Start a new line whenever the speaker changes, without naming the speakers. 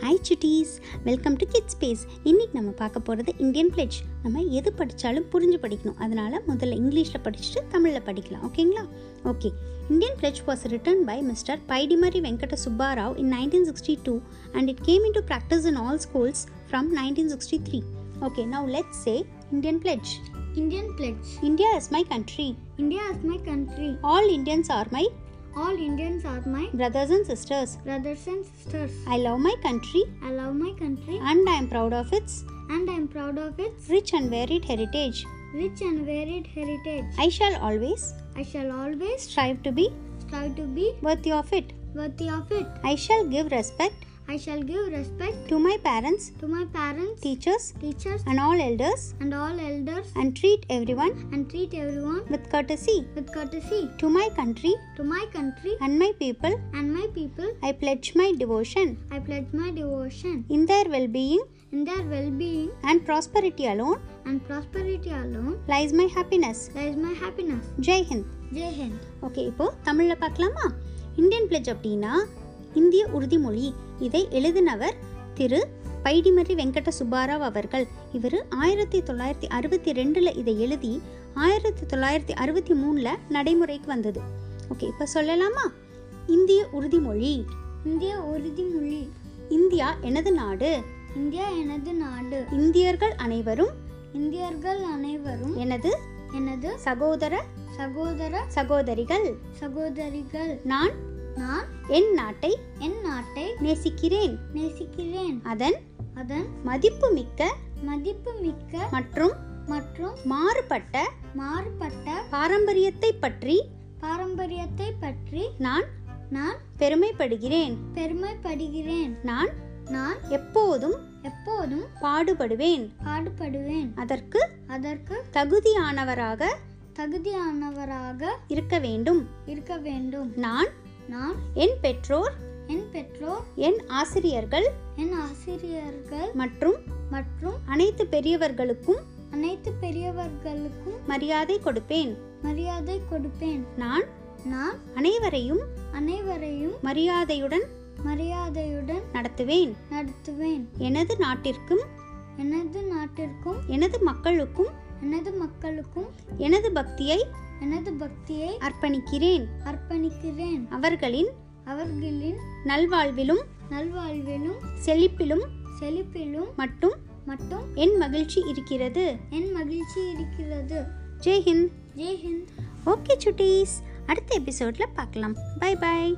Hi சுட்டீஸ் welcome to kids space இன்றைக்கி நம்ம பார்க்க போகிறது இந்தியன் பிளெட்ஜ் நம்ம எது படித்தாலும் புரிஞ்சு படிக்கணும் அதனால் முதல்ல இங்கிலீஷில் படிச்சுட்டு தமிழில் படிக்கலாம் ஓகேங்களா okay Indian pledge was written by Mister Pydimarri Venkata Subbarao in nineteen sixty two and it came in to practice in all schools from nineteen sixty three okay now let's say Indian pledge
Indian pledge.
India is my country
India is my country.
All Indians are my
All Indians are my
brothers and sisters
brothers and sisters.
i love my country
I love my country
and i am proud of its
and I am proud of its
rich and varied heritage
rich and varied heritage.
i shall always
I shall always
strive to be
strive to be
worthy of it
worthy of it.
i shall give respect
I shall give respect
to my parents
to my parents,
teachers
teachers,
and all elders
and all elders
and treat everyone
and treat everyone
with courtesy
with courtesy
to my country
to my country
and my people
and my people.
i pledge my devotion
I pledge my devotion
in their well-being
in their well-being
and prosperity alone
and prosperity alone.
lies my happiness
That is my happiness.
jai hind
Jai Hind.
Okay இப்போ தமிழில் பார்க்கலாமா Indian pledge அப்படின்னா இந்திய உறுதிமொழி இதை எழுதினவர் திரு பைடிமரி வெங்கட சுப்பாராவ் அவர்கள் இவர் ஆயிரத்தி தொள்ளாயிரத்தி அறுபத்தி ரெண்டில் இதை எழுதி ஆயிரத்தி தொள்ளாயிரத்தி அறுபத்தி மூணில் நடைமுறைக்கு வந்தது ஓகே இப்போ சொல்லலாமா இந்திய உறுதிமொழி
இந்திய உறுதிமொழி
இந்தியா எனது நாடு
இந்தியா எனது நாடு
இந்தியர்கள் அனைவரும்
இந்தியர்கள் அனைவரும்
எனது
எனது
சகோதர
சகோதர
சகோதரிகள்
சகோதரிகள்
நான்
நான்
என் நாட்டை
என் நாட்டை
நேசிக்கிறேன்
நேசிக்கிறேன்
அதன்
அதன்
மதிப்புமிக்க
மதிப்புமிக்க
மற்றும்
மற்றும்
மாறுபட்ட
மாறுபட்ட
பாரம்பரியத்தை பற்றி
பாரம்பரியத்தை பற்றி
நான்
நான்
பெருமைப்படுகிறேன்
பெருமைப்படுகிறேன்
நான்
நான்
எப்போதும்
எப்போதும்
பாடுபடுவேன்
பாடுபடுவேன்
அதற்கு
அதற்கு
தகுதியானவராக
தகுதியானவராக
இருக்க வேண்டும்
இருக்க வேண்டும்
நான்
நான்
என் பெற்றோர்
என் பெற்றோர்
என் ஆசிரியர்கள்
என் ஆசிரியர்கள்
மற்றும்
மற்றும்
அனைத்து பெரியவர்களுக்கும்
அனைத்து பெரியவர்களுக்கும்
மரியாதை கொடுப்பேன்
மரியாதை கொடுப்பேன்
நான்
நான்
அனைவரையும்
அனைவரையும்
மரியாதையுடன்
மரியாதையுடன்
நடத்துவேன்
நடத்துவேன்
எனது நாட்டிற்கும்
எனது நாட்டிற்கும்
எனது மக்களுக்கும்
எனது மக்களுக்கும்
எனது பக்தியை
எனது பக்தியை
அர்ப்பணிக்கிறேன்
அர்ப்பணிக்கிறேன்
அவர்களின்
அவர்களின்
நல்வாழ்விலும்
நல்வாழ்விலும்
செழிப்பிலும்
செழிப்பிலும்
மட்டும்
மட்டும்
என் மகிழ்ச்சி இருக்கிறது
என் மகிழ்ச்சி இருக்கிறது
ஜெய் ஹிந்த்
ஜெய் ஹிந்த்
ஓகே சுட்டீஸ் அடுத்த எபிசோட்ல பார்க்கலாம் பை பாய்